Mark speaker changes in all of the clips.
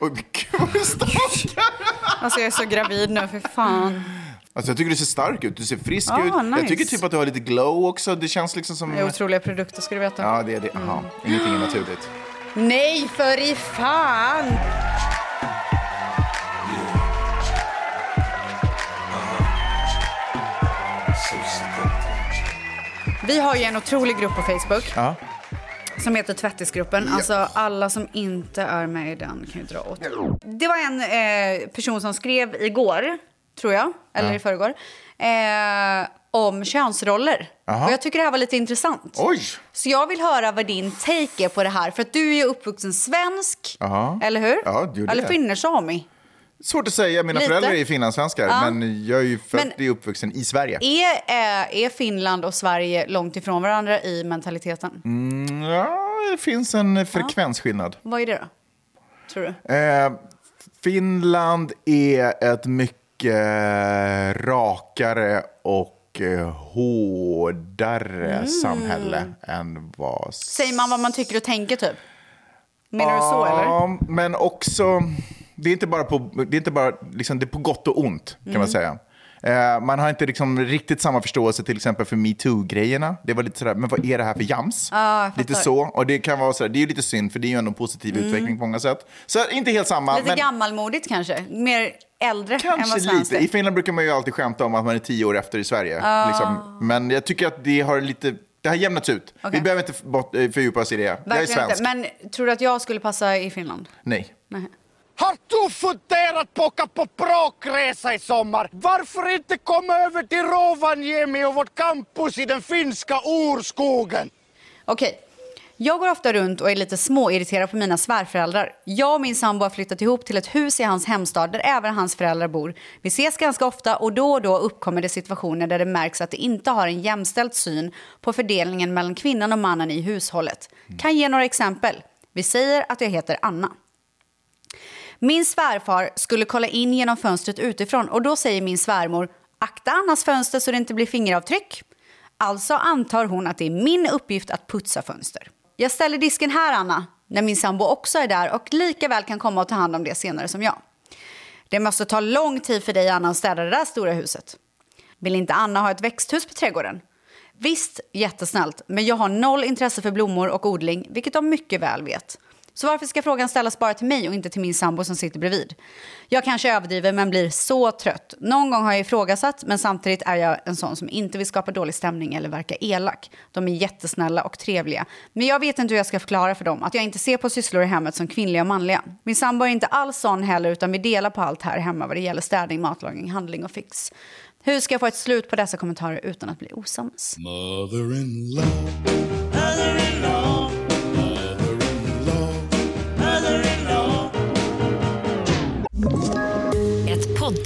Speaker 1: Oj, men gud vad du är stark!
Speaker 2: Alltså jag är så gravid nu, för fan.
Speaker 1: Alltså jag tycker du ser stark ut, du ser frisk
Speaker 2: Ah,
Speaker 1: ut. Jag
Speaker 2: nice.
Speaker 1: tycker typ att du har lite glow också. Det känns liksom som...
Speaker 2: Det är otroliga produkter ska du veta.
Speaker 1: Ja, det är det. Aha. Ingenting är
Speaker 2: Mm.
Speaker 1: naturligt.
Speaker 2: Nej, för i fan! Vi har ju en otrolig grupp på Facebook
Speaker 1: Ja.
Speaker 2: som heter Tvättisgruppen. Alltså alla som inte är med i den kan ju dra åt. Det var en eh, person som skrev igår, tror jag, eller i förrgår, eh, om könsroller.
Speaker 1: Jaha.
Speaker 2: Och jag tycker det här var lite intressant.
Speaker 1: Oj!
Speaker 2: Så jag vill höra vad din take är på det här. För att du är ju uppvuxen svensk,
Speaker 1: Jaha.
Speaker 2: eller hur?
Speaker 1: Ja, du är det.
Speaker 2: Eller finnersami.
Speaker 1: Svårt att säga, mina
Speaker 2: Lite.
Speaker 1: föräldrar är finlandssvenskar.
Speaker 2: Ja.
Speaker 1: Men jag är ju född
Speaker 2: Men-
Speaker 1: och uppvuxen i Sverige.
Speaker 2: Är, eh, är Finland och Sverige långt ifrån varandra i mentaliteten?
Speaker 1: Mm, ja, det finns en frekvensskillnad.
Speaker 2: Vad är det då? Tror du?
Speaker 1: Eh, Finland är ett mycket eh, rakare och eh, hårdare
Speaker 2: Mm.
Speaker 1: samhälle än vad...
Speaker 2: Säger man vad man tycker och tänker typ? Menar du så eller?
Speaker 1: Ja, men också... Det är inte bara på, det är inte bara, liksom, det är på gott och ont, kan
Speaker 2: Mm.
Speaker 1: man säga. Eh, man har inte liksom riktigt samma förståelse till exempel för metoo-grejerna. Det var lite sådär, men vad är det här för jams?
Speaker 2: jag fattar. Mm.
Speaker 1: lite så. Och det kan vara sådär, det är ju lite synd, för det är ju ändå en positiv utveckling på många sätt. Så inte helt samma,
Speaker 2: Lite
Speaker 1: men
Speaker 2: gammalmodigt kanske? Mer äldre än
Speaker 1: kanske
Speaker 2: vad svenskt
Speaker 1: lite. I
Speaker 2: är?
Speaker 1: Finland brukar man ju alltid skämta om att man är tio år efter i Sverige. Liksom. Men jag tycker att det har lite, det har jämnats ut.
Speaker 2: Okej.
Speaker 1: Vi behöver inte f- bort- eh, fördjupa oss i det. jag är
Speaker 2: Verkligen
Speaker 1: svensk.
Speaker 2: inte. Men tror du att jag skulle passa i Finland?
Speaker 1: Nej.
Speaker 2: Nej.
Speaker 3: Har du funderat på att åka på språkresa i sommar? Varför inte komma över till Rovaniemi och vårt campus i den finska urskogen?
Speaker 2: Okej. Jag går ofta runt och är lite småirriterad på mina svärföräldrar. Jag och min sambo har flyttat ihop till ett hus i hans hemstad där även hans föräldrar bor. Vi ses ganska ofta och då och då uppkommer det situationer där det märks att det inte har en jämställd syn på fördelningen mellan kvinnan och mannen i hushållet. Kan ge några exempel. Vi säger att jag heter Anna. Min svärfar skulle kolla in genom fönstret utifrån och då säger min svärmor akta Annas fönster så det inte blir fingeravtryck. Alltså antar hon att det är min uppgift att putsa fönster. Jag ställer disken här Anna, när min sambo också är där och lika väl kan komma och ta hand om det senare som jag. Det måste ta lång tid för dig Anna att städa det där stora huset. Vill inte Anna ha ett växthus på trädgården? Visst, jättesnällt, men jag har noll intresse för blommor och odling, vilket de mycket väl vet. Så varför ska frågan ställas bara till mig och inte till min sambo som sitter bredvid? Jag kanske överdriver men blir så trött. Någon gång har jag ifrågasatt men samtidigt är jag en sån som inte vill skapa dålig stämning eller verka elak. De är jättesnälla och trevliga. Men jag vet inte hur jag ska förklara för dem att jag inte ser på sysslor i hemmet som kvinnliga och manliga. Min sambo är inte alls sån heller utan vi delar på allt här hemma vad det gäller städning, matlagning, handling och fix. Hur ska jag få ett slut på dessa kommentarer utan att bli osams?
Speaker 4: Ett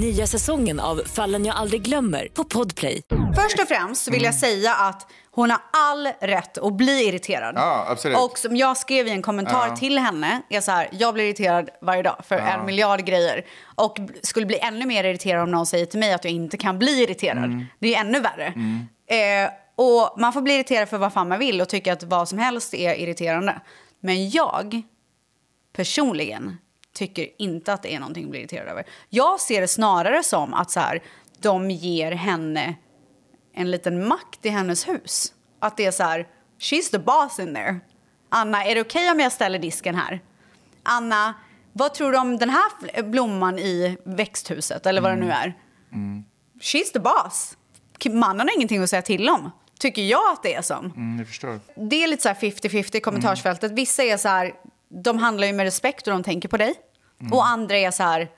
Speaker 4: Nya säsongen av Fallen jag aldrig glömmer på Podplay.
Speaker 2: Först och främst så vill
Speaker 1: Mm.
Speaker 2: jag säga att hon har all rätt att bli irriterad.
Speaker 1: Ja, absolut.
Speaker 2: Och som jag skrev i en kommentar till henne, är så här, jag blir irriterad varje dag för en miljard grejer. Och b- skulle bli ännu mer irriterad om någon säger till mig att jag inte kan bli irriterad.
Speaker 1: Mm.
Speaker 2: Det är ännu värre. Eh, och man får bli irriterad för vad fan man vill och tycka att vad som helst är irriterande. Men jag personligen tycker inte att det är någonting att bli irriterad över. Jag ser det snarare som att så här, de ger henne en liten makt i hennes hus. Att det är så här, she's the boss in there. Anna, är det okej om jag ställer disken här? Anna, vad tror du om den här fl- blomman i växthuset eller vad det nu är? She's the boss. K- Mannen har ingenting att säga till om, tycker jag att det är som
Speaker 1: Mm, jag förstår.
Speaker 2: det är lite så här 50-50 i kommentarsfältet. Vissa är så här, de handlar ju med respekt och de tänker på dig. Och andra är så här,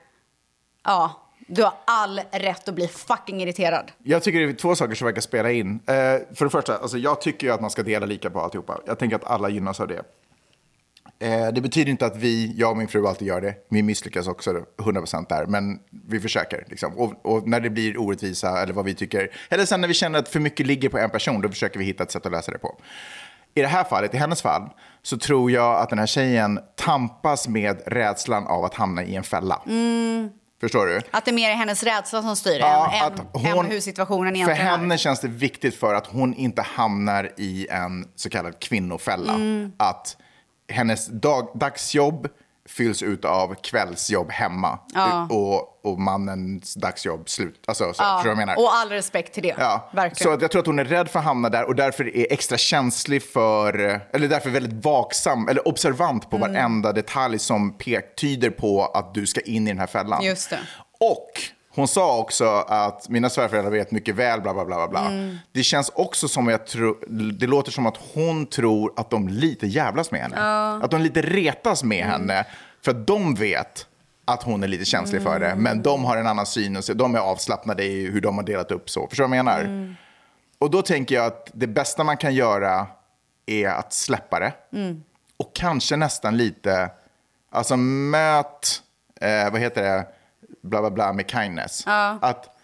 Speaker 2: ja, du har all rätt att bli fucking irriterad.
Speaker 1: Jag tycker det är två saker som verkar spela in. Eh, för det första, alltså, jag tycker ju att man ska dela lika på alltihopa. Jag tänker att alla gynnas av det. Eh, det betyder inte att vi, jag och min fru alltid gör det. Vi misslyckas också 100% där, men vi försöker. Liksom. Och, och när det blir orättvisa eller vad vi tycker, eller sen när vi känner att för mycket ligger på en person, då försöker vi hitta ett sätt att lösa det på. I det här fallet, i hennes fall, så tror jag att den här tjejen tampas med rädslan av att hamna i en fälla. Förstår du?
Speaker 2: Att det mer är hennes rädsla som styr
Speaker 1: Ja,
Speaker 2: än, än, än hur situationen egentligen
Speaker 1: För henne
Speaker 2: är.
Speaker 1: känns det viktigt för att hon inte hamnar i en så kallad kvinnofälla.
Speaker 2: Mm.
Speaker 1: Att hennes dag, dagsjobb fylls ut av kvällsjobb hemma och, och mannens dagsjobb slut. Alltså, så, förstår du vad jag menar?
Speaker 2: Och all respekt till det.
Speaker 1: Ja.
Speaker 2: Verkligen.
Speaker 1: Så att jag tror att hon är rädd för att hamna där och därför är extra känslig för, eller därför väldigt vaksam eller observant på
Speaker 2: Mm.
Speaker 1: varenda detalj som pek, tyder på att du ska in i den här fällan.
Speaker 2: Just det.
Speaker 1: Och hon sa också att mina svärföräldrar vet mycket väl bla bla bla bla, bla.
Speaker 2: Mm.
Speaker 1: Det känns också som jag tror, det låter som att hon tror att de lite jävlas med henne. Att de lite retas
Speaker 2: Mm.
Speaker 1: med henne för att de vet att hon är lite känslig för det,
Speaker 2: Mm.
Speaker 1: men de har en annan syn och så, de är avslappnade i hur de har delat upp så. Förstår du vad jag menar?
Speaker 2: Mm.
Speaker 1: Och då tänker jag att det bästa man kan göra är att släppa det.
Speaker 2: Mm.
Speaker 1: Och kanske nästan lite, alltså möt, eh, vad heter det, bla bla bla med kindness. Att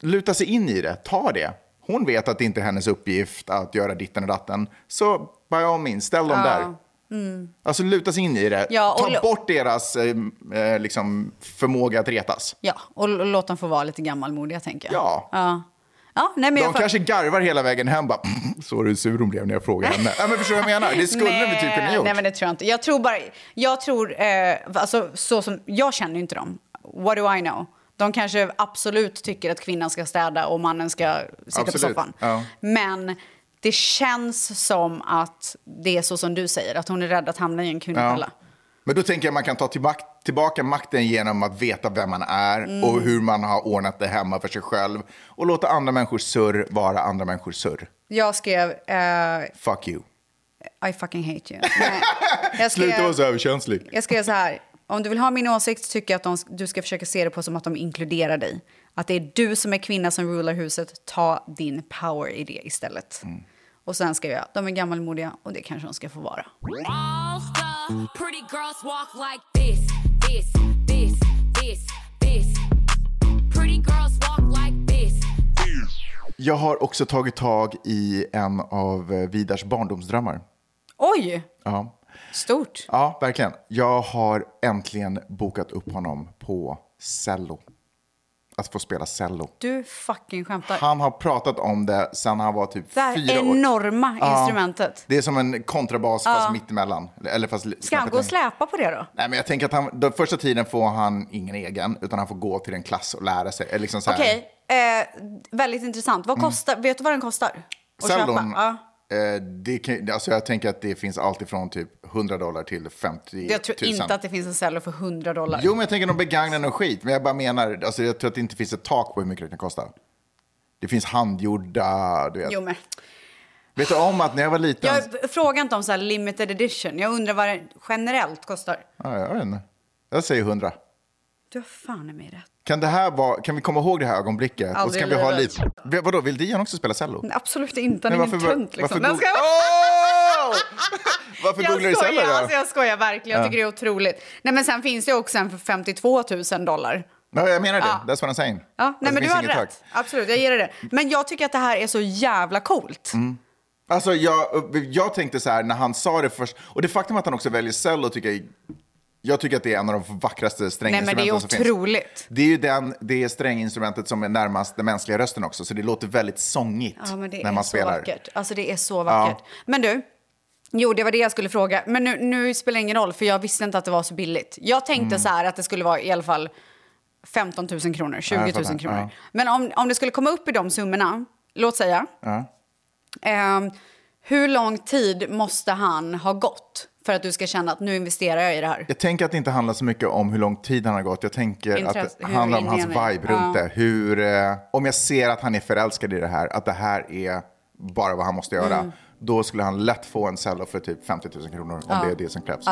Speaker 1: luta sig in i det, ta det. Hon vet att det inte är hennes uppgift att göra ditten och datten. Så by all means, ställ dem där. Alltså luta sig in i det.
Speaker 2: Mm. Ja, och
Speaker 1: ta
Speaker 2: lo-
Speaker 1: bort deras eh, eh, liksom, förmåga att retas.
Speaker 2: Ja, och l- låt dem få vara lite gammalmodiga tänker jag.
Speaker 1: Ja.
Speaker 2: Ja, ja nej men
Speaker 1: De
Speaker 2: jag... får-
Speaker 1: kanske garvar hela vägen hem bara, "Mm, så du sur hon blev när jag frågade henne. Ja, men förstår du vad jag menar? Det skulle vi typ kunna gjort.
Speaker 2: Nej, men det tror jag inte. Jag tror bara... Jag tror... Eh, alltså, så som, jag känner ju inte dem. What do I know? De kanske absolut tycker att kvinnan ska städa och mannen ska sitta på
Speaker 1: Absolut,
Speaker 2: soffan.
Speaker 1: ja.
Speaker 2: Men det känns som att det är så som du säger, att hon är rädd att hamna i en kvinnofälla.
Speaker 1: Men då tänker jag att man kan ta tillbaka, tillbaka makten genom att veta vem man är
Speaker 2: Mm.
Speaker 1: och hur man har ordnat det hemma för sig själv och låta andra människors surr vara andra människors surr.
Speaker 2: Jag skrev eh,
Speaker 1: Fuck you.
Speaker 2: I fucking hate you. Nej. Jag skrev-
Speaker 1: Sluta vara så överkänslig.
Speaker 2: Jag skrev så här. Om du vill ha min åsikt tycker jag att de, du ska försöka se det på som att de inkluderar dig. Att det är du som är kvinna som rular huset. Ta din power i det istället.
Speaker 1: Mm.
Speaker 2: Och sen skrev jag, de är gammalmodiga och det kanske de ska få vara.
Speaker 5: All the pretty girls walk like this, this, this, this, this. Pretty girls walk like this.
Speaker 1: Jag har också tagit tag i en av eh, Vidars barndomsdrömmar.
Speaker 2: Oj,
Speaker 1: Ja.
Speaker 2: stort.
Speaker 1: ja, verkligen. Jag har äntligen bokat upp honom på cello. Att få spela cello.
Speaker 2: Du fucking skämtar.
Speaker 1: Han har pratat om det sen han var typ
Speaker 2: det här
Speaker 1: fyra år.
Speaker 2: enorma instrumentet.
Speaker 1: Det är som en kontrabas fast mittemellan. Eller- Eller fast li-
Speaker 2: Ska han gå och släpa på det då?
Speaker 1: Nej, men jag tänker att han, den första tiden får han ingen egen, utan han får gå till en klass och lära sig. Eller Liksom så här.
Speaker 2: Okej, eh, väldigt intressant.
Speaker 1: Mm.
Speaker 2: Vad kostar, Vet du vad den kostar? Att
Speaker 1: Cellon,
Speaker 2: köpa? Ja.
Speaker 1: eh, det kan, alltså jag tänker att det finns allt ifrån typ 100 dollar till 50 000.
Speaker 2: Jag tror inte att det finns en cello för 100 dollar.
Speaker 1: Jo, men jag tänker de begagnar och skit. Men jag bara menar, alltså jag tror att det inte finns ett tak på hur mycket det kan kosta. Det finns handgjorda, du vet.
Speaker 2: jo men.
Speaker 1: Vet du om att när jag var liten...
Speaker 2: Jag frågar inte om så här limited edition. Jag undrar vad det generellt kostar.
Speaker 1: Ja, jag vet inte. Jag säger 100.
Speaker 2: Du har fan i mig rätt.
Speaker 1: Kan, det här vara, kan vi komma ihåg det här ögonblicket?
Speaker 2: Aldrig
Speaker 1: och
Speaker 2: i
Speaker 1: så kan vi ha
Speaker 2: livet.
Speaker 1: lite... Vi- Vadå, vill Dion också spela cello?
Speaker 2: Men Absolut inte. Han är ingen tönt.
Speaker 1: varför,
Speaker 2: Liksom. Nej,
Speaker 1: goog-
Speaker 2: jag skojar.
Speaker 1: Åh! varför googlar du
Speaker 2: jag
Speaker 1: cello
Speaker 2: skojar,
Speaker 1: då?
Speaker 2: alltså jag skojar verkligen. Jag tycker det är otroligt. Nej, men sen finns det också en för 52 000 dollar.
Speaker 1: Nej, jag menar det. That's what I'm saying.
Speaker 2: Ja,
Speaker 1: Alltså,
Speaker 2: nej,
Speaker 1: det
Speaker 2: men du
Speaker 1: finns
Speaker 2: har
Speaker 1: inget
Speaker 2: rätt.
Speaker 1: tak.
Speaker 2: Absolut, jag ger dig det. Men jag tycker att det här är så jävla coolt.
Speaker 1: Alltså, jag, jag tänkte så här när han sa det först. Och det faktum att han också väljer cello tycker jag är- jag tycker att det är en av de vackraste
Speaker 2: Nej, men det
Speaker 1: stränginstrumenten
Speaker 2: är
Speaker 1: som finns.
Speaker 2: otroligt.
Speaker 1: Det är ju den, det stränginstrumentet som är närmast den mänskliga rösten också, så det låter väldigt sångigt
Speaker 2: Ja, men det
Speaker 1: när
Speaker 2: är
Speaker 1: man
Speaker 2: så
Speaker 1: spelar.
Speaker 2: vackert. Alltså det är så vackert. Men du, jo det var det jag skulle fråga. Men nu, nu spelar det ingen roll för jag visste inte att det var så billigt. Jag tänkte så här att det skulle vara i alla fall 15 000 kronor, 20
Speaker 1: Mm. Ja,
Speaker 2: 000
Speaker 1: jag fattar.
Speaker 2: kronor.
Speaker 1: Ja.
Speaker 2: Men om, om det skulle komma upp i de summorna, låt säga. Ehm, hur lång tid måste han ha gått för att du ska känna att nu investerar jag i det här?
Speaker 1: Jag tänker att det inte handlar så mycket om hur lång tid han har gått. Jag tänker
Speaker 2: Intresse-
Speaker 1: att det
Speaker 2: hur
Speaker 1: handlar om
Speaker 2: inne
Speaker 1: hans
Speaker 2: han är.
Speaker 1: vibe runt det. Hur, eh, om jag ser att han är förälskad i det här, att det här är bara vad han måste göra,
Speaker 2: Mm.
Speaker 1: då skulle han lätt få en cello för typ 50 000 kronor om det är det som krävs.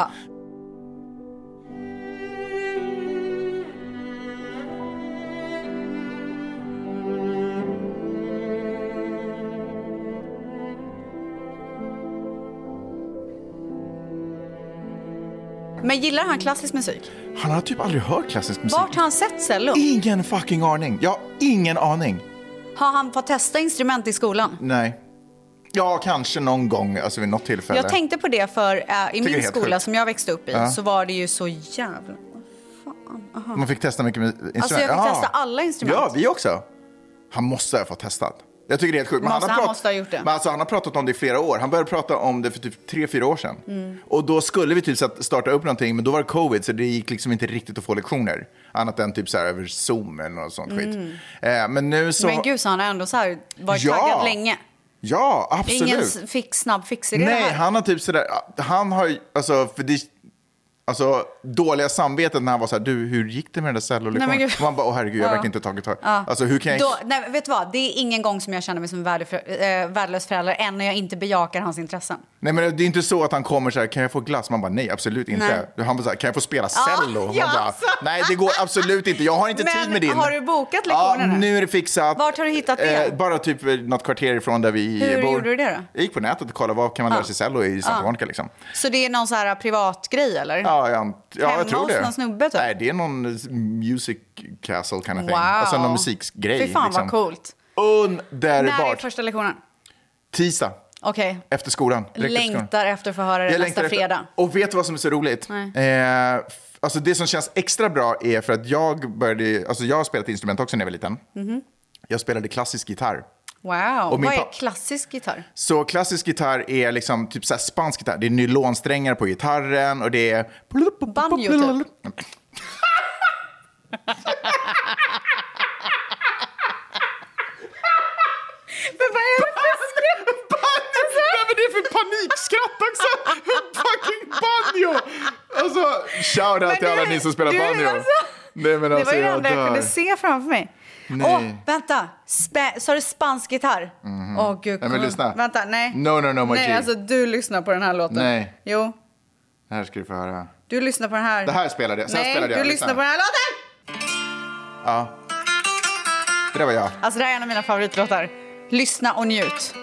Speaker 2: Men gillar han klassisk musik?
Speaker 1: Han har typ aldrig hört klassisk musik.
Speaker 2: Vart har han sett cello?
Speaker 1: Ingen fucking aning. Jag har ingen aning.
Speaker 2: Har han fått testa instrument i skolan?
Speaker 1: Nej. Ja, kanske någon gång, alltså vid något tillfälle.
Speaker 2: Jag tänkte på det för eh, i
Speaker 1: det är
Speaker 2: min
Speaker 1: helt
Speaker 2: skola
Speaker 1: sjukt.
Speaker 2: som jag växte upp i
Speaker 1: Ja.
Speaker 2: så var det ju så jävla...
Speaker 1: Man fick testa mycket mus- instrument.
Speaker 2: Alltså jag fick
Speaker 1: Ah.
Speaker 2: testa alla instrument.
Speaker 1: Ja, vi också. Han måste ha fått testat. Jag tycker det är helt sjukt. Men
Speaker 2: Måste-
Speaker 1: har
Speaker 2: han måste ha gjort det.
Speaker 1: Men alltså, han har pratat om det i flera år. Han började prata om det för typ tre, fyra år sedan.
Speaker 2: Mm.
Speaker 1: Och då skulle vi typ så att starta upp någonting, men då var det covid, så det gick liksom inte riktigt att få lektioner. Annat än typ så här över Zoom eller något sånt skit. Eh, men nu så...
Speaker 2: Mm. Men gud, så han har ändå så här varit
Speaker 1: Ja.
Speaker 2: taggad länge.
Speaker 1: Ja, absolut.
Speaker 2: Ingen s- fick snabb fix i det
Speaker 1: Nej,
Speaker 2: här.
Speaker 1: han har typ sådär, han har ju, alltså, för det, alltså dåliga samvetet när han var såhär, du hur gick det med den där
Speaker 2: Nej, men
Speaker 1: cellolyckan?
Speaker 2: gud.
Speaker 1: Man bara, åh herregud, jag har
Speaker 2: Ja.
Speaker 1: verkligen inte tagit tag Alltså hur kan jag...
Speaker 2: Då, nej, vet du vad? Det är ingen gång som jag känner mig som värdeför, eh, värdelös förälder än när jag inte bejakar hans intressen.
Speaker 1: Nej men det är inte så att han kommer såhär, kan jag få glass? Man bara, nej absolut inte. Han bara såhär, kan jag få spela cello? Man
Speaker 2: ja,
Speaker 1: bara,
Speaker 2: alltså.
Speaker 1: nej det går absolut inte, jag har inte
Speaker 2: Men
Speaker 1: tid med din.
Speaker 2: har du bokat
Speaker 1: Ja,
Speaker 2: lektionerna?
Speaker 1: nu är det fixat.
Speaker 2: Vart har du hittat det?
Speaker 1: bara typ eh, något kvarter ifrån där vi
Speaker 2: Hur
Speaker 1: bor.
Speaker 2: gjorde du det då?
Speaker 1: Jag gick på nätet och kollade, vad kan man lära sig cello i Santa Monica liksom?
Speaker 2: Så det är någon så här privat grej eller?
Speaker 1: Ja, jag, ja,
Speaker 2: Hemma
Speaker 1: jag tror
Speaker 2: hos
Speaker 1: det.
Speaker 2: någon snubbe, typ?
Speaker 1: Nej, det är någon eh, music castle kind of thing.
Speaker 2: Wow.
Speaker 1: Alltså någon musikgrej.
Speaker 2: Fy fan
Speaker 1: liksom.
Speaker 2: vad coolt. När är
Speaker 1: Underbart.
Speaker 2: första lektionen?
Speaker 1: Tisdag,
Speaker 2: Okej.
Speaker 1: efter skolan. direkt efter skolan.
Speaker 2: Längtar efter att få höra det
Speaker 1: Jag
Speaker 2: nästa
Speaker 1: längtar efter-
Speaker 2: fredag.
Speaker 1: Och vet du vad som är så roligt? Eh, f- alltså det som känns extra bra är för att jag började, alltså jag har spelat instrument också när jag var liten.
Speaker 2: Mhm.
Speaker 1: Jag spelade klassisk gitarr.
Speaker 2: Wow.
Speaker 1: Och min
Speaker 2: Vad är
Speaker 1: pa-
Speaker 2: klassisk gitarr?
Speaker 1: Så klassisk gitarr är liksom typ så här spansk gitarr. Det är nylonsträngar på gitarren och det är...
Speaker 2: Banjo, typ. Men vad är det för
Speaker 1: Nej men det är för panikskratt också! Fucking banjo! Alltså, shoutout till alla ni som spelar banjo. Nej, men alltså,
Speaker 2: alltså, det var ju det
Speaker 1: jag
Speaker 2: enda jag
Speaker 1: dör.
Speaker 2: kunde se framför mig. Åh, vänta! Spä, sa du spansk gitarr? Åh gud.
Speaker 1: Mhm. Nej, men lyssna.
Speaker 2: Vänta, nej.
Speaker 1: No, no, no, my
Speaker 2: Nej,
Speaker 1: G.
Speaker 2: alltså du lyssnar på den här låten.
Speaker 1: Nej.
Speaker 2: Jo,
Speaker 1: Det här ska du få höra.
Speaker 2: du lyssnar på den här.
Speaker 1: Det här spelade jag. Sen
Speaker 2: nej,
Speaker 1: spelade jag.
Speaker 2: du lyssnar på den här låten!
Speaker 1: Det där var jag.
Speaker 2: Alltså det här är en av mina favoritlåtar. Lyssna och njut.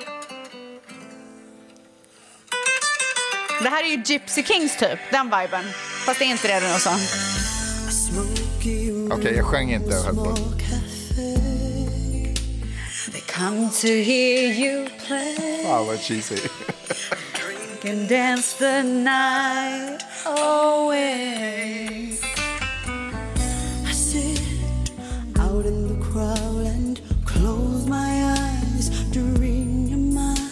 Speaker 2: Det här är ju Gypsy Kings typ, den viben. Fast det är inte det alltså. du nog sa.
Speaker 1: Okej, jag sjöng inte och höll på.
Speaker 2: They come to hear you play
Speaker 1: Fan Ah, vad cheesy.
Speaker 2: and dance the night away.
Speaker 6: out in the crowd and close my eyes dream your mind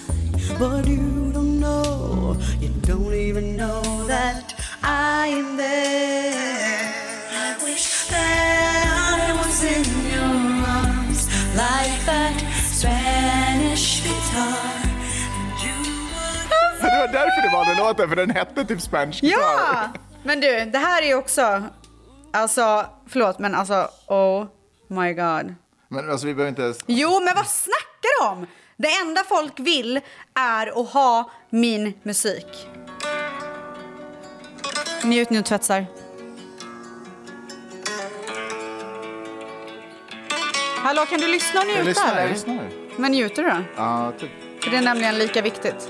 Speaker 6: but you don't know you don't even know that I am there I wish that I was in your arms like that Spanish guitar
Speaker 1: Det var därför det var den låten, för den hette typ Spanish Guitar.
Speaker 2: Ja! Men du, det här är ju också... Alltså, förlåt men alltså, oh my god.
Speaker 1: Men alltså vi behöver inte ens...
Speaker 2: Jo, men vad snackar de om? Det enda folk vill är att ha min musik. Njut nu tvättsar. Hallå, kan du lyssna och njuta
Speaker 1: Jag lyssnar, jag
Speaker 2: eller?
Speaker 1: lyssnar.
Speaker 2: Men njuter du då?
Speaker 1: Ja, typ.
Speaker 2: För det är nämligen lika viktigt.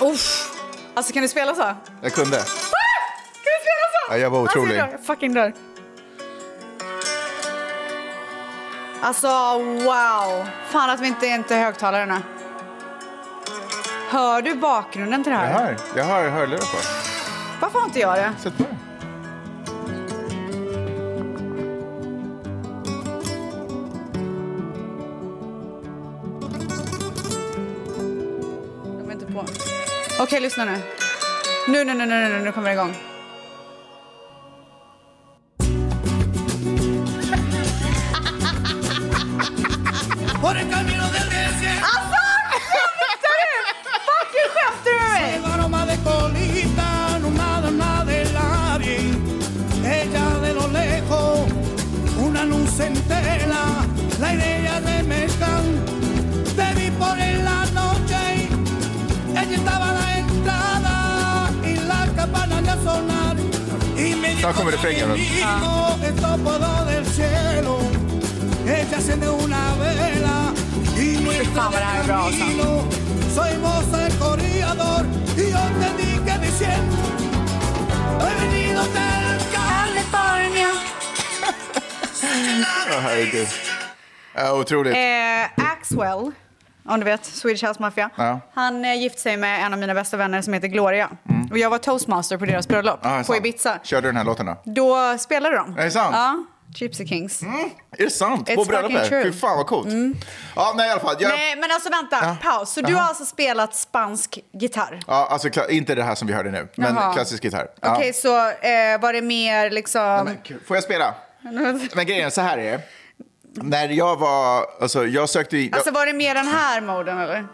Speaker 2: Uff. Alltså kan du spela så? Kan
Speaker 1: Jag kunde.
Speaker 2: du spela så?
Speaker 1: Ja, jag var
Speaker 2: Alltså,
Speaker 1: otrolig.
Speaker 2: jag dör. fucking dör. Alltså wow. Fan att vi inte är inte högtalarna. Hör du bakgrunden till det
Speaker 1: Jag
Speaker 2: här?
Speaker 1: hör, jag hör hörlurar på.
Speaker 2: Varför har inte jag det?
Speaker 1: Sätt på den.
Speaker 2: De är inte på. Okej, lyssna nu. Nu, nu, nu, nu, nu, nu kommer det igång. Alltså, skämtar du? Fucking skämtar du med mig?
Speaker 1: Snart kommer refrängen.
Speaker 2: Fy fan vad det här är bra alltså.
Speaker 7: Soy Mozart el corredor y yo te di que me siento. He venido del California.
Speaker 1: Åh, herregud. Ja, otroligt.
Speaker 2: Eh, Axwell, om du vet, Swedish House Mafia.
Speaker 1: Ja.
Speaker 2: Han eh, gifte sig med en av mina bästa vänner som heter Gloria. Och jag var toastmaster på deras bröllop
Speaker 1: Mm. Ja, det är
Speaker 2: på
Speaker 1: sant.
Speaker 2: Ibiza.
Speaker 1: Körde du den här låten då?
Speaker 2: Då spelade de.
Speaker 1: Är det sant?
Speaker 2: Ja, Gypsy Kings.
Speaker 1: Mm. Är det sant?
Speaker 2: It's
Speaker 1: På
Speaker 2: fucking
Speaker 1: bröllopet?
Speaker 2: true. Mm.
Speaker 1: Fy fan vad coolt. Ja, nej i alla fall. Jag...
Speaker 2: Nej, men alltså vänta,
Speaker 1: Ja.
Speaker 2: paus. Så du har alltså spelat spansk gitarr?
Speaker 1: Ja, alltså kla- inte det här som vi hörde nu, men
Speaker 2: Jaha.
Speaker 1: klassisk gitarr. Ja.
Speaker 2: Okej, så eh, var det mer liksom...
Speaker 1: Men kul. Får jag spela? Men grejen, är, så här är det. När jag var, alltså jag sökte i...
Speaker 2: Alltså var det mer den här moden eller?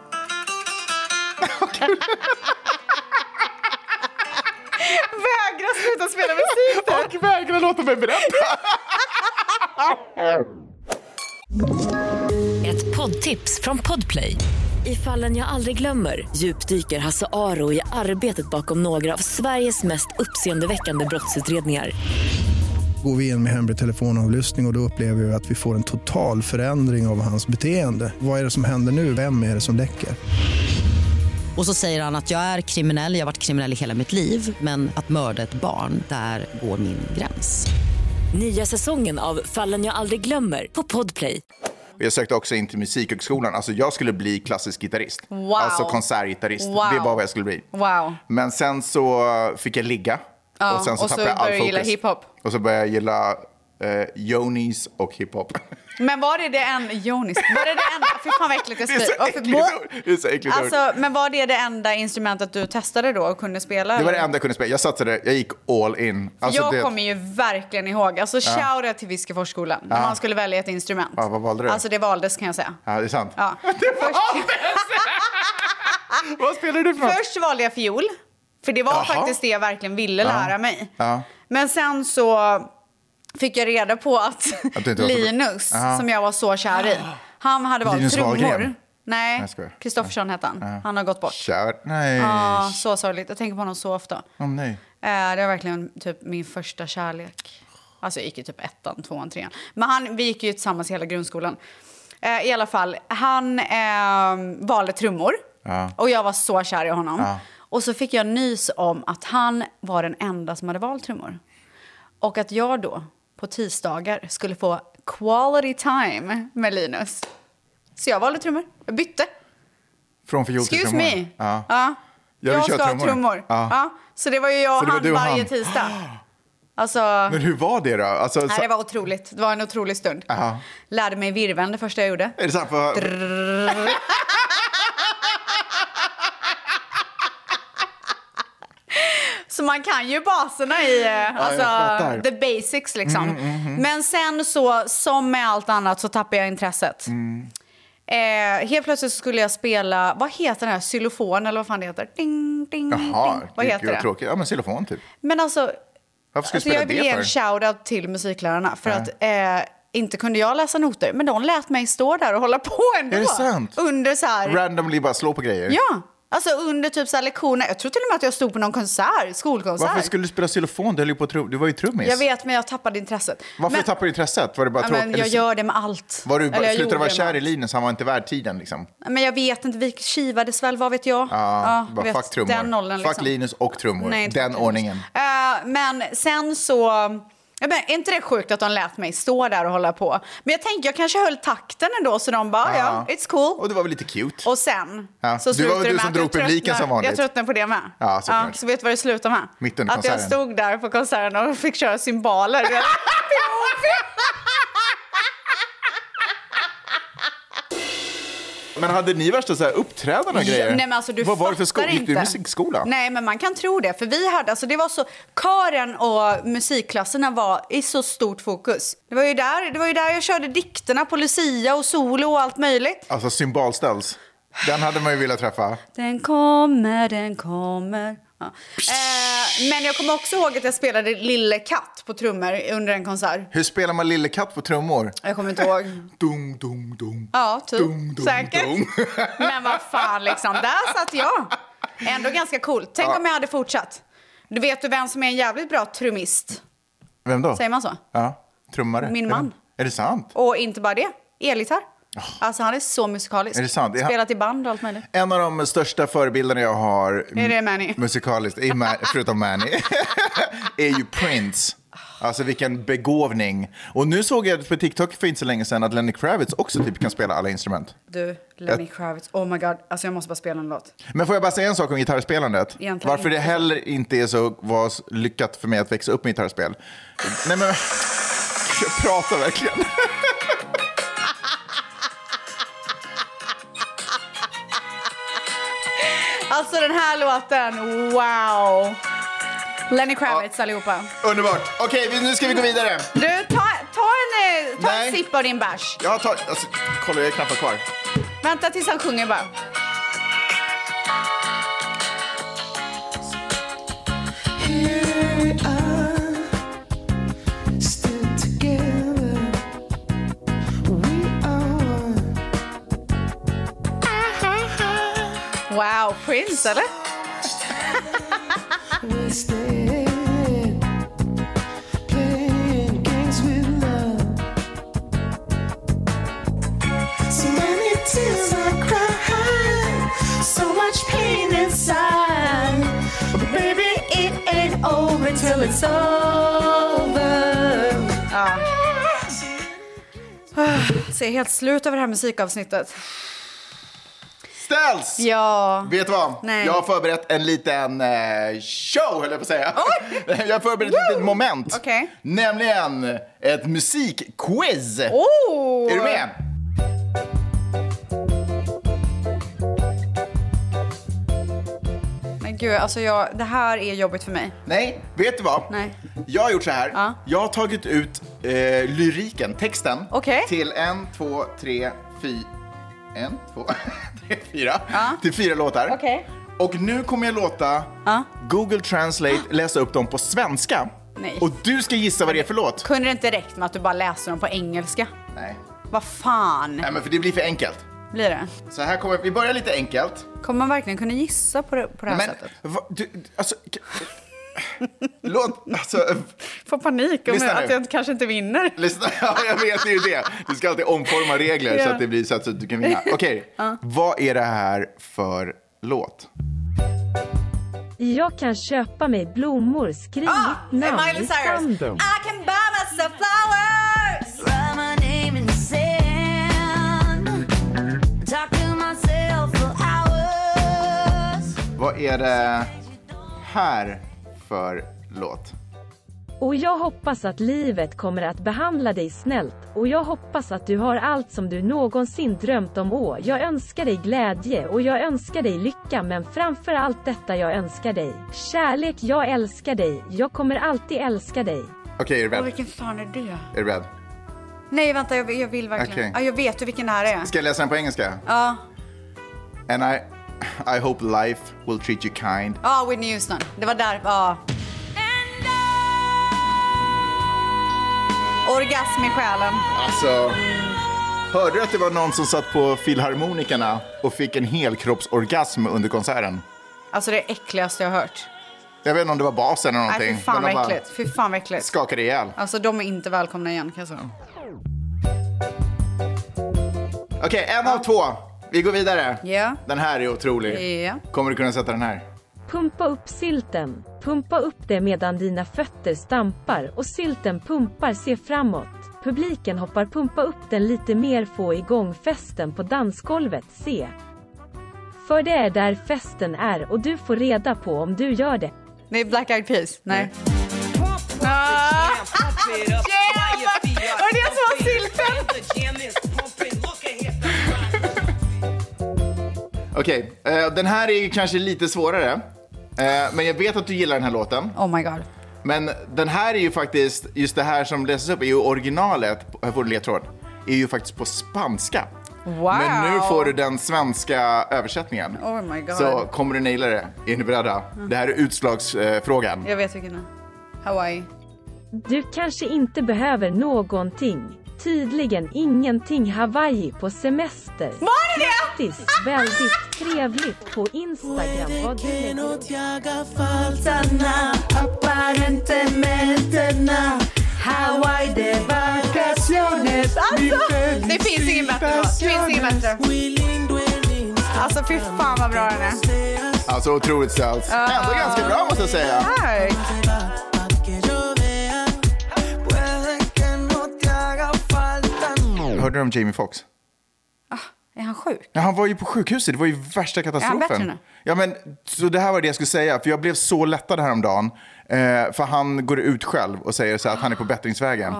Speaker 2: Vägra sluta spela musik där.
Speaker 1: jag vägrar låta mig berätta.
Speaker 4: Ett poddtips från Podplay. I fallen jag aldrig glömmer djupdyker Hasse Aro i arbetet bakom några av Sveriges mest uppseendeväckande brottsutredningar.
Speaker 8: Går vi in med hemlig telefonavlyssning och, och då upplever vi att vi får en total förändring av hans beteende. Vad är det som händer nu? Vem är det som läcker?
Speaker 9: Och så säger han att jag är kriminell, jag har varit kriminell i hela mitt liv men att mörda ett barn, där går min gräns.
Speaker 4: Nya säsongen av Fallen jag aldrig glömmer på Podplay.
Speaker 1: Jag sökte också in till Musikhögskolan. Alltså jag skulle bli klassisk gitarrist.
Speaker 2: Wow.
Speaker 1: Alltså konsertgitarrist.
Speaker 2: Wow.
Speaker 1: Det var vad jag skulle bli.
Speaker 2: Wow.
Speaker 1: Men sen så fick jag ligga.
Speaker 2: Ja,
Speaker 1: och sen så
Speaker 2: och så
Speaker 1: tappade jag all
Speaker 2: började du gilla
Speaker 1: fokus.
Speaker 2: hiphop.
Speaker 1: Och så började jag gilla eh, Jonis och hiphop.
Speaker 2: Men var det det en... Jonis, var det det enda... Fy fan vad äckligt jag
Speaker 1: Det är så
Speaker 2: spyr. Och för-
Speaker 1: äckligt ord. Det är så äckligt ord.
Speaker 2: Alltså, men var det det enda instrumentet du testade då och kunde spela?
Speaker 1: Det var det
Speaker 2: eller?
Speaker 1: enda jag kunde spela. Jag satsade, jag gick all in. Alltså,
Speaker 2: jag
Speaker 1: det-
Speaker 2: kommer ju verkligen ihåg, alltså shoutout till Viskeforsskolan, när man skulle välja ett instrument.
Speaker 1: Ja, vad valde du?
Speaker 2: Alltså det valdes kan jag säga.
Speaker 1: Ja, det är sant.
Speaker 2: Ja.
Speaker 1: Det var
Speaker 2: Först-
Speaker 1: Vad spelade du för något?
Speaker 2: Först valde jag fiol, för det var
Speaker 1: Jaha.
Speaker 2: faktiskt det jag verkligen ville lära mig.
Speaker 1: Ja.
Speaker 2: Men sen så fick jag reda på att,
Speaker 1: Att du inte var så-
Speaker 2: Linus,
Speaker 1: Jaha.
Speaker 2: som jag var så kär i, han hade valt
Speaker 1: Linus
Speaker 2: trummor.
Speaker 1: Wahlgren?
Speaker 2: Nej,
Speaker 1: jag skojar.
Speaker 2: Kristoffersson hette han.
Speaker 1: Ja.
Speaker 2: Han har gått bort.
Speaker 1: Kör. Nej.
Speaker 2: Ja, så sorgligt. Jag tänker på honom så ofta.
Speaker 1: Åh, nej.
Speaker 2: Eh, Det var verkligen typ min första kärlek. Alltså jag gick ju typ ettan, tvåan, trean. Men han, vi gick ju tillsammans hela grundskolan. Eh, I alla fall, han eh, valde trummor.
Speaker 1: Ja.
Speaker 2: Och jag var så kär i honom.
Speaker 1: Ja.
Speaker 2: Och så fick jag nys om att han var den enda som hade valt trummor. Och att jag då, på tisdagar, skulle få quality time med Linus. Så jag valde trummor. Jag bytte.
Speaker 1: Från fiol till
Speaker 2: Excuse
Speaker 1: trummor.
Speaker 2: me.
Speaker 1: Ja.
Speaker 2: Jag,
Speaker 1: Jag vill köra
Speaker 2: ska ha
Speaker 1: trummor.
Speaker 2: trummor.
Speaker 1: Ja.
Speaker 2: Ja. Så det var ju jag
Speaker 1: Så
Speaker 2: och
Speaker 1: det var
Speaker 2: han
Speaker 1: du och
Speaker 2: varje
Speaker 1: han.
Speaker 2: tisdag. Alltså,
Speaker 1: Men hur var det då? Alltså,
Speaker 2: nej,
Speaker 1: så-
Speaker 2: det var otroligt. Det var en otrolig stund.
Speaker 1: Ja.
Speaker 2: Lärde mig virveln det första jag gjorde.
Speaker 1: Är det sant? För...
Speaker 2: Så man kan ju baserna i eh, alltså,
Speaker 1: fattar. Mm,
Speaker 2: the basics liksom. Men sen så, som med allt annat, så tappade jag intresset.
Speaker 1: Mm.
Speaker 2: Eh, helt plötsligt så skulle jag spela, vad heter den här, xylofon eller vad fan det heter? Ding, ding,
Speaker 1: Jaha,
Speaker 2: ding. Vad
Speaker 1: gud,
Speaker 2: heter
Speaker 1: vad
Speaker 2: det?
Speaker 1: Tråkigt. Ja, men xylofon typ.
Speaker 2: Men alltså,
Speaker 1: Varför ska
Speaker 2: alltså
Speaker 1: du
Speaker 2: jag
Speaker 1: spela
Speaker 2: vill ge en
Speaker 1: det för?
Speaker 2: shoutout till musiklärarna för att eh, inte kunde jag läsa noter, men de lät mig stå där och hålla på ändå.
Speaker 1: Är det sant?
Speaker 2: Under så här,
Speaker 1: Randomly bara slå på grejer.
Speaker 2: ja, alltså under typ så här lektioner. Jag tror till och med att jag stod på någon konsert, skolkonsert.
Speaker 1: Varför skulle du spela xylofon? Du, höll ju på trum... du var ju trummis.
Speaker 2: Jag vet, men jag tappade intresset.
Speaker 1: Varför
Speaker 2: men,
Speaker 1: tappade du intresset? Var det bara
Speaker 2: ja,
Speaker 1: tråkigt?
Speaker 2: men Jag
Speaker 1: Eller-
Speaker 2: gör det med allt.
Speaker 1: Var du
Speaker 2: Eller jag
Speaker 1: bara, slutade
Speaker 2: gjorde
Speaker 1: vara
Speaker 2: det
Speaker 1: kär
Speaker 2: med
Speaker 1: i
Speaker 2: allt.
Speaker 1: Linus, han var inte värd tiden liksom.
Speaker 2: Men jag vet inte, vi kivades väl, vad vet jag?
Speaker 1: Ja,
Speaker 2: du
Speaker 1: bara
Speaker 2: vet,
Speaker 1: fuck trummor.
Speaker 2: Den åldern
Speaker 1: Fuck
Speaker 2: liksom.
Speaker 1: Linus och trummor.
Speaker 2: Nej, inte
Speaker 1: Den
Speaker 2: fuck Linus.
Speaker 1: ordningen.
Speaker 2: Eh, men sen så... Jag menar, är inte det sjukt att de lät mig stå där och hålla på? Men jag tänkte, jag kanske höll takten ändå, så de bara, ja, it's
Speaker 1: Och
Speaker 2: cool.
Speaker 1: det var väl lite cute?
Speaker 2: Och sen
Speaker 1: Ja, det
Speaker 2: så
Speaker 1: var
Speaker 2: slutade
Speaker 1: väl du
Speaker 2: med
Speaker 1: som
Speaker 2: att jag
Speaker 1: drog publiken
Speaker 2: tröttnade-
Speaker 1: som vanligt.
Speaker 2: Jag tröttnade på det med.
Speaker 1: Ja, såklart.
Speaker 2: så vet du vad det slutade med?
Speaker 1: Mitt under
Speaker 2: att jag
Speaker 1: konserten.
Speaker 2: stod där på konserten och fick köra cymbaler.
Speaker 1: Men hade ni värsta så här uppträdanden och grejer?
Speaker 2: Ja, Nej, men alltså, du
Speaker 1: Vad var det för
Speaker 2: fattar
Speaker 1: skola? Gick du i
Speaker 2: inte.
Speaker 1: musikskola?
Speaker 2: Nej, men man kan tro det. För vi hade, alltså det var så, kören och musikklasserna var i så stort fokus. Det var ju där, det var ju där jag körde dikterna på Lucia och solo och allt möjligt.
Speaker 1: Alltså symbolställs. Den hade man ju velat träffa.
Speaker 2: Den kommer, den kommer. Ja. Eh, men jag kommer också ihåg att jag spelade Lille Katt på trummor under en konsert.
Speaker 1: Hur spelar man Lille Katt på trummor?
Speaker 2: Jag kommer inte ihåg.
Speaker 1: Dung, dung, dung.
Speaker 2: Ja, typ.
Speaker 1: Dung, dung,
Speaker 2: Säkert.
Speaker 1: dung.
Speaker 2: Men vad fan, liksom. Där satt jag. Ändå ganska coolt. Tänk om jag hade fortsatt. Du vet du vem som är en jävligt bra trummist?
Speaker 1: Vem då?
Speaker 2: Säger man så?
Speaker 1: Ja, trummare.
Speaker 2: Min man.
Speaker 1: Är det sant?
Speaker 2: Och inte bara det, elgitarr. Alltså han är så musikalisk.
Speaker 1: Är det sant? Är han-
Speaker 2: Spelat i band och allt möjligt.
Speaker 1: En av de största förebilderna jag har
Speaker 2: Är det Manny?
Speaker 1: musikaliskt, i Ma- förutom Manny, är ju Prince. Alltså vilken begåvning. Och nu såg jag på TikTok för inte så länge sedan att Lenny Kravitz också typ kan spela alla instrument.
Speaker 2: Du, Lenny Kravitz. Oh my god. Alltså jag måste bara spela en låt.
Speaker 1: Men får jag bara säga en sak om gitarrspelandet?
Speaker 2: Egentligen
Speaker 1: Varför det
Speaker 2: inte.
Speaker 1: heller inte är så var så lyckat för mig att växa upp med gitarrspel. Nej men, jag pratar verkligen.
Speaker 2: Alltså den här låten. Wow. Lenny Kravitz allihopa.
Speaker 1: Underbart. Okej, vi- nu ska vi gå vidare.
Speaker 2: Du, ta, ta en, eh, ta
Speaker 1: Nej.
Speaker 2: en sipp av din bärs.
Speaker 1: Jag tar, alltså, kolla jag är knappt kvar.
Speaker 2: Vänta tills han sjunger bara.
Speaker 6: Here we are, still together. We are one.
Speaker 2: Wow, Prince eller?
Speaker 6: We're staying, playing games with love. So many tears I cried, so much pain inside. But baby, it ain't over till it's over.
Speaker 2: Ser helt slut över det här musikavsnittet.
Speaker 1: Ställs!
Speaker 2: Ja.
Speaker 1: Vet du vad?
Speaker 2: Nej.
Speaker 1: Jag har förberett en liten eh, show, höll jag på att säga.
Speaker 2: Oj!
Speaker 1: jag har förberett ett litet moment.
Speaker 2: Okej.
Speaker 1: Nämligen ett musikquiz.
Speaker 2: Oh!
Speaker 1: Är du med?
Speaker 2: Men gud, alltså jag, det här är jobbigt för mig.
Speaker 1: Nej, vet du vad?
Speaker 2: Nej.
Speaker 1: Jag har gjort så här.
Speaker 2: Ja.
Speaker 1: Jag har tagit ut eh, lyriken, texten,
Speaker 2: Okej.
Speaker 1: till en, två, tre, fy... En, två, tre, fyra. Till fyra låtar.
Speaker 2: Okej.
Speaker 1: Och nu kommer jag låta
Speaker 2: Ja.
Speaker 1: Google Translate läsa upp dem på svenska.
Speaker 2: Nej.
Speaker 1: Och du ska gissa vad det är för låt.
Speaker 2: Kunde det inte räckt med att du bara läste dem på engelska?
Speaker 1: Nej.
Speaker 2: Vad fan
Speaker 1: Nej, men för det blir för enkelt.
Speaker 2: blir det?
Speaker 1: Så här kommer, vi börjar lite enkelt.
Speaker 2: Kommer man verkligen kunna gissa på det, på det här
Speaker 1: Men,
Speaker 2: sättet?
Speaker 1: va, du, alltså, k- låt, alltså,
Speaker 2: Får panik om
Speaker 1: Lyssna
Speaker 2: jag,
Speaker 1: nu.
Speaker 2: att jag kanske inte vinner.
Speaker 1: lyssna, ja, jag vet det är ju det. Du ska alltid omforma regler så
Speaker 2: Ja.
Speaker 1: att det blir så att du kan vinna. Okej, vad är det här för låt?
Speaker 10: Jag kan köpa mig blommor, skriv
Speaker 2: Ah,
Speaker 10: mitt
Speaker 2: det är
Speaker 10: namn
Speaker 2: Miley
Speaker 10: i
Speaker 2: Cyrus.
Speaker 10: sanden.
Speaker 2: I can buy myself flowers!
Speaker 5: Write my name in the sand. Talk to myself for hours.
Speaker 1: Vad är det här för låt?
Speaker 10: Och jag hoppas att livet kommer att behandla dig snällt. Och jag hoppas att du har allt som du någonsin drömt om. Åh, jag önskar dig glädje och jag önskar dig lycka. Men framför allt detta jag önskar dig. Kärlek, jag älskar dig. Jag kommer alltid älska dig.
Speaker 1: Okej, är du
Speaker 2: Åh,
Speaker 1: beredd?
Speaker 2: vilken fan är det?
Speaker 1: Är du beredd?
Speaker 2: Nej, vänta, jag, jag vill
Speaker 1: Okej.
Speaker 2: verkligen. Ja, jag vet ju vilken det här är.
Speaker 1: Ska jag läsa den på engelska? Ja. And I, I hope life will treat you kind.
Speaker 2: Ja, Whitney Houston. Det var där. Ja. Orgasm i själen.
Speaker 1: Alltså, hörde du att det var någon som satt på filharmonikerna och fick en helkroppsorgasm under konserten?
Speaker 2: Alltså det äckligaste jag har hört.
Speaker 1: Jag vet inte om det var basen eller någonting.
Speaker 2: Nej, fy fan
Speaker 1: men
Speaker 2: vad
Speaker 1: de bara
Speaker 2: äckligt. Fy fan vad äckligt.
Speaker 1: skakade ihjäl.
Speaker 2: Alltså de är inte välkomna igen kan jag säga.
Speaker 1: Okej, en av två. Vi går vidare.
Speaker 2: Ja.
Speaker 1: Den här är otrolig.
Speaker 2: Ja.
Speaker 1: Kommer du kunna sätta den här?
Speaker 10: Pumpa upp sylten. Pumpa upp det medan dina fötter stampar och sylten pumpar sig framåt. Publiken hoppar pumpa upp den lite mer få igång festen på dansgolvet se. För det är där festen är och du får reda på om du gör det.
Speaker 2: Det är Black Eyed Peas. Nej. Ah. Jävlar! Och det som var sylten!
Speaker 1: Okej, eh, den här är ju kanske lite svårare. Eh, men jag vet att du gillar den här låten.
Speaker 2: Oh my god.
Speaker 1: Men den här är ju faktiskt, just det här som läses upp är ju originalet, här får du ledtråd, är ju faktiskt på spanska.
Speaker 2: Wow.
Speaker 1: Men nu får du den svenska översättningen.
Speaker 2: Oh my God. Mm.
Speaker 1: Så kommer du naila det? Är ni beredda? Det här är utslagsfrågan.
Speaker 2: Jag vet vilken det är. Hawaii.
Speaker 10: Du kanske inte behöver någonting. Tydligen ingenting Hawaii på semester.
Speaker 2: Var det det?
Speaker 10: Grattis! Väldigt trevligt på Instagram. Vad du lägger upp.
Speaker 2: Alltså, det finns ingen bättre låt. Det finns inget bättre. Alltså fy fan vad bra den är.
Speaker 1: Alltså otroligt ställt.
Speaker 2: Ja.
Speaker 1: Ändå ganska bra måste jag säga.
Speaker 2: Tack.
Speaker 1: Hörde du om Jamie Foxx?
Speaker 2: Är han sjuk?
Speaker 1: Ja, han var ju på sjukhuset, det var ju värsta
Speaker 2: Är han bättre
Speaker 1: katastrofen.
Speaker 2: nu?
Speaker 1: Ja, men, så det här var det jag skulle säga, för jag blev så lättad häromdagen. Eh, för han går ut själv och säger så här att han är på bättringsvägen.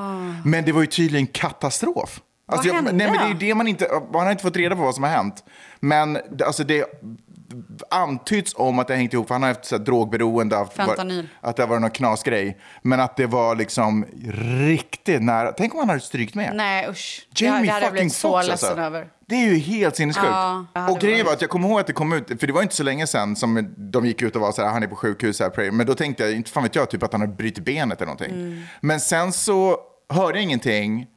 Speaker 1: Men det var ju tydligen katastrof. Alltså, jag,
Speaker 2: Ah. hände?
Speaker 1: nej, men det är ju det man inte, man har inte fått reda på vad som har hänt. Men det- alltså, det antyds om att det har hängt ihop, för han har haft så här, drogberoende. Haft,
Speaker 2: Fentanyl.
Speaker 1: att det har varit någon knasgrej. Men att det var liksom riktigt nära. Tänk om han hade strykt med.
Speaker 2: Nej usch. Det-
Speaker 1: Jamie
Speaker 2: det hade jag
Speaker 1: fucking
Speaker 2: blivit så
Speaker 1: Foxx
Speaker 2: ledsen
Speaker 1: alltså.
Speaker 2: över.
Speaker 1: Det är ju helt sinnessjukt.
Speaker 2: Ja, ja, det
Speaker 1: och grejen
Speaker 2: var-
Speaker 1: var att jag kommer ihåg att det kom ut, för det var inte så länge sedan som de gick ut och var så här, "Ah, han är på sjukhus, här, pray. men då tänkte jag, inte fan vet jag, typ att han har brutit benet eller någonting.
Speaker 2: Mm.
Speaker 1: Men sen så hörde jag ingenting.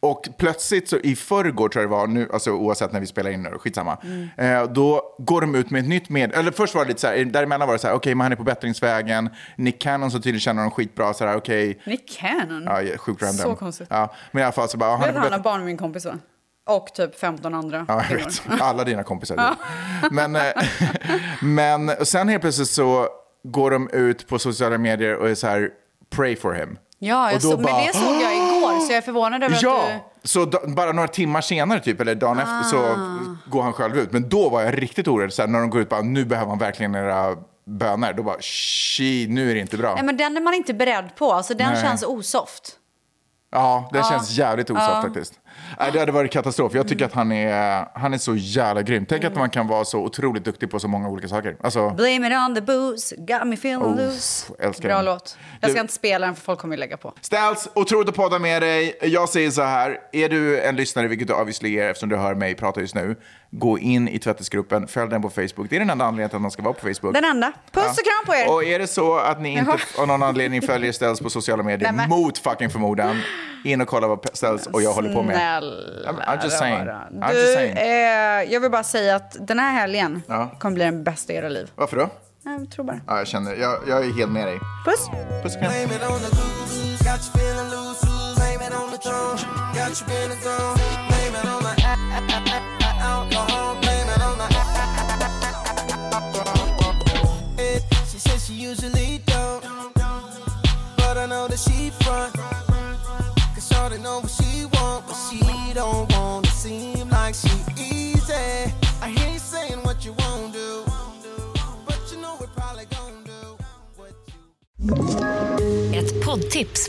Speaker 1: Och plötsligt så i förrgår tror jag det var, nu, alltså oavsett när vi spelar in nu, skitsamma.
Speaker 2: Mm.
Speaker 1: Eh, då går de ut med ett nytt med... Eller först var det lite så här, däremellan var det så här, okej men han är på bättringsvägen. Nick Cannon så tydligen känner honom skitbra, så här okej.
Speaker 2: Nick Cannon.
Speaker 1: Ja, ja, sjukt random.
Speaker 2: Så konstigt.
Speaker 1: Ja, men i alla fall så bara, ja,
Speaker 2: Jag
Speaker 1: han är
Speaker 2: vet
Speaker 1: på
Speaker 2: att han
Speaker 1: bättring-
Speaker 2: har barn med min kompis va? Och typ 15 andra
Speaker 1: Ja, jag vet. Alla dina kompisar. du. Men, eh, men och sen helt plötsligt så går de ut på sociala medier och är så här, pray for him.
Speaker 2: Ja, jag
Speaker 1: Och då
Speaker 2: såg, men
Speaker 1: bara-
Speaker 2: det såg jag igår så jag är förvånad över att du...
Speaker 1: Ja, så da, bara några timmar senare typ, eller dagen efter,
Speaker 2: Ah.
Speaker 1: så går han själv ut. Men då var jag riktigt orolig, så här, när de går ut bara, nu behöver han verkligen era böner. Då bara, shit, nu är det inte bra.
Speaker 2: Nej, men den är man inte beredd på. Alltså, den
Speaker 1: Nej.
Speaker 2: känns osoft.
Speaker 1: Ja, det känns jävligt osoft faktiskt. Nej, det hade varit katastrof. Jag
Speaker 2: Mm.
Speaker 1: tycker att han är, han är så jävla grym. Tänk att man kan vara så otroligt duktig på så många olika saker. Alltså,
Speaker 2: Blame it on the booze, got me feeling
Speaker 1: Oh,
Speaker 2: loose.
Speaker 1: älskar
Speaker 2: Bra
Speaker 1: den.
Speaker 2: låt. Jag ska
Speaker 1: Du-
Speaker 2: inte spela den för folk kommer ju lägga på.
Speaker 1: Ställs, otroligt att podda med dig. Jag säger så här, är du en lyssnare, vilket du obviously är eftersom du hör mig prata just nu, gå in i tvättisgruppen, följ den på Facebook. Det är den enda anledningen till att man ska vara på Facebook.
Speaker 2: Den enda. Puss och kram på er!
Speaker 1: Och är det så att ni inte
Speaker 2: Jaha.
Speaker 1: av någon anledning följer Ställs på sociala medier,
Speaker 2: Nej, men-
Speaker 1: mot fucking förmodan, in och kolla vad Ställs och jag håller på med.
Speaker 2: Snälla
Speaker 1: I'm- I'm just saying.
Speaker 2: rara.
Speaker 1: I'm
Speaker 2: Du,
Speaker 1: just saying.
Speaker 2: eh, jag vill bara säga att den här helgen
Speaker 1: Ja.
Speaker 2: kommer bli den bästa i era liv.
Speaker 1: Varför då?
Speaker 2: Jag tror bara.
Speaker 1: Ja, jag känner, jag, jag är helt med dig.
Speaker 2: Puss!
Speaker 1: Puss och kram.
Speaker 7: She says she usually don't, but I know that she front. Cause Shawty know what she want, but she don't want to seem like she easy. I hear you saying what you won't do, but you know we're probably gonna do what you
Speaker 4: Ett poddtips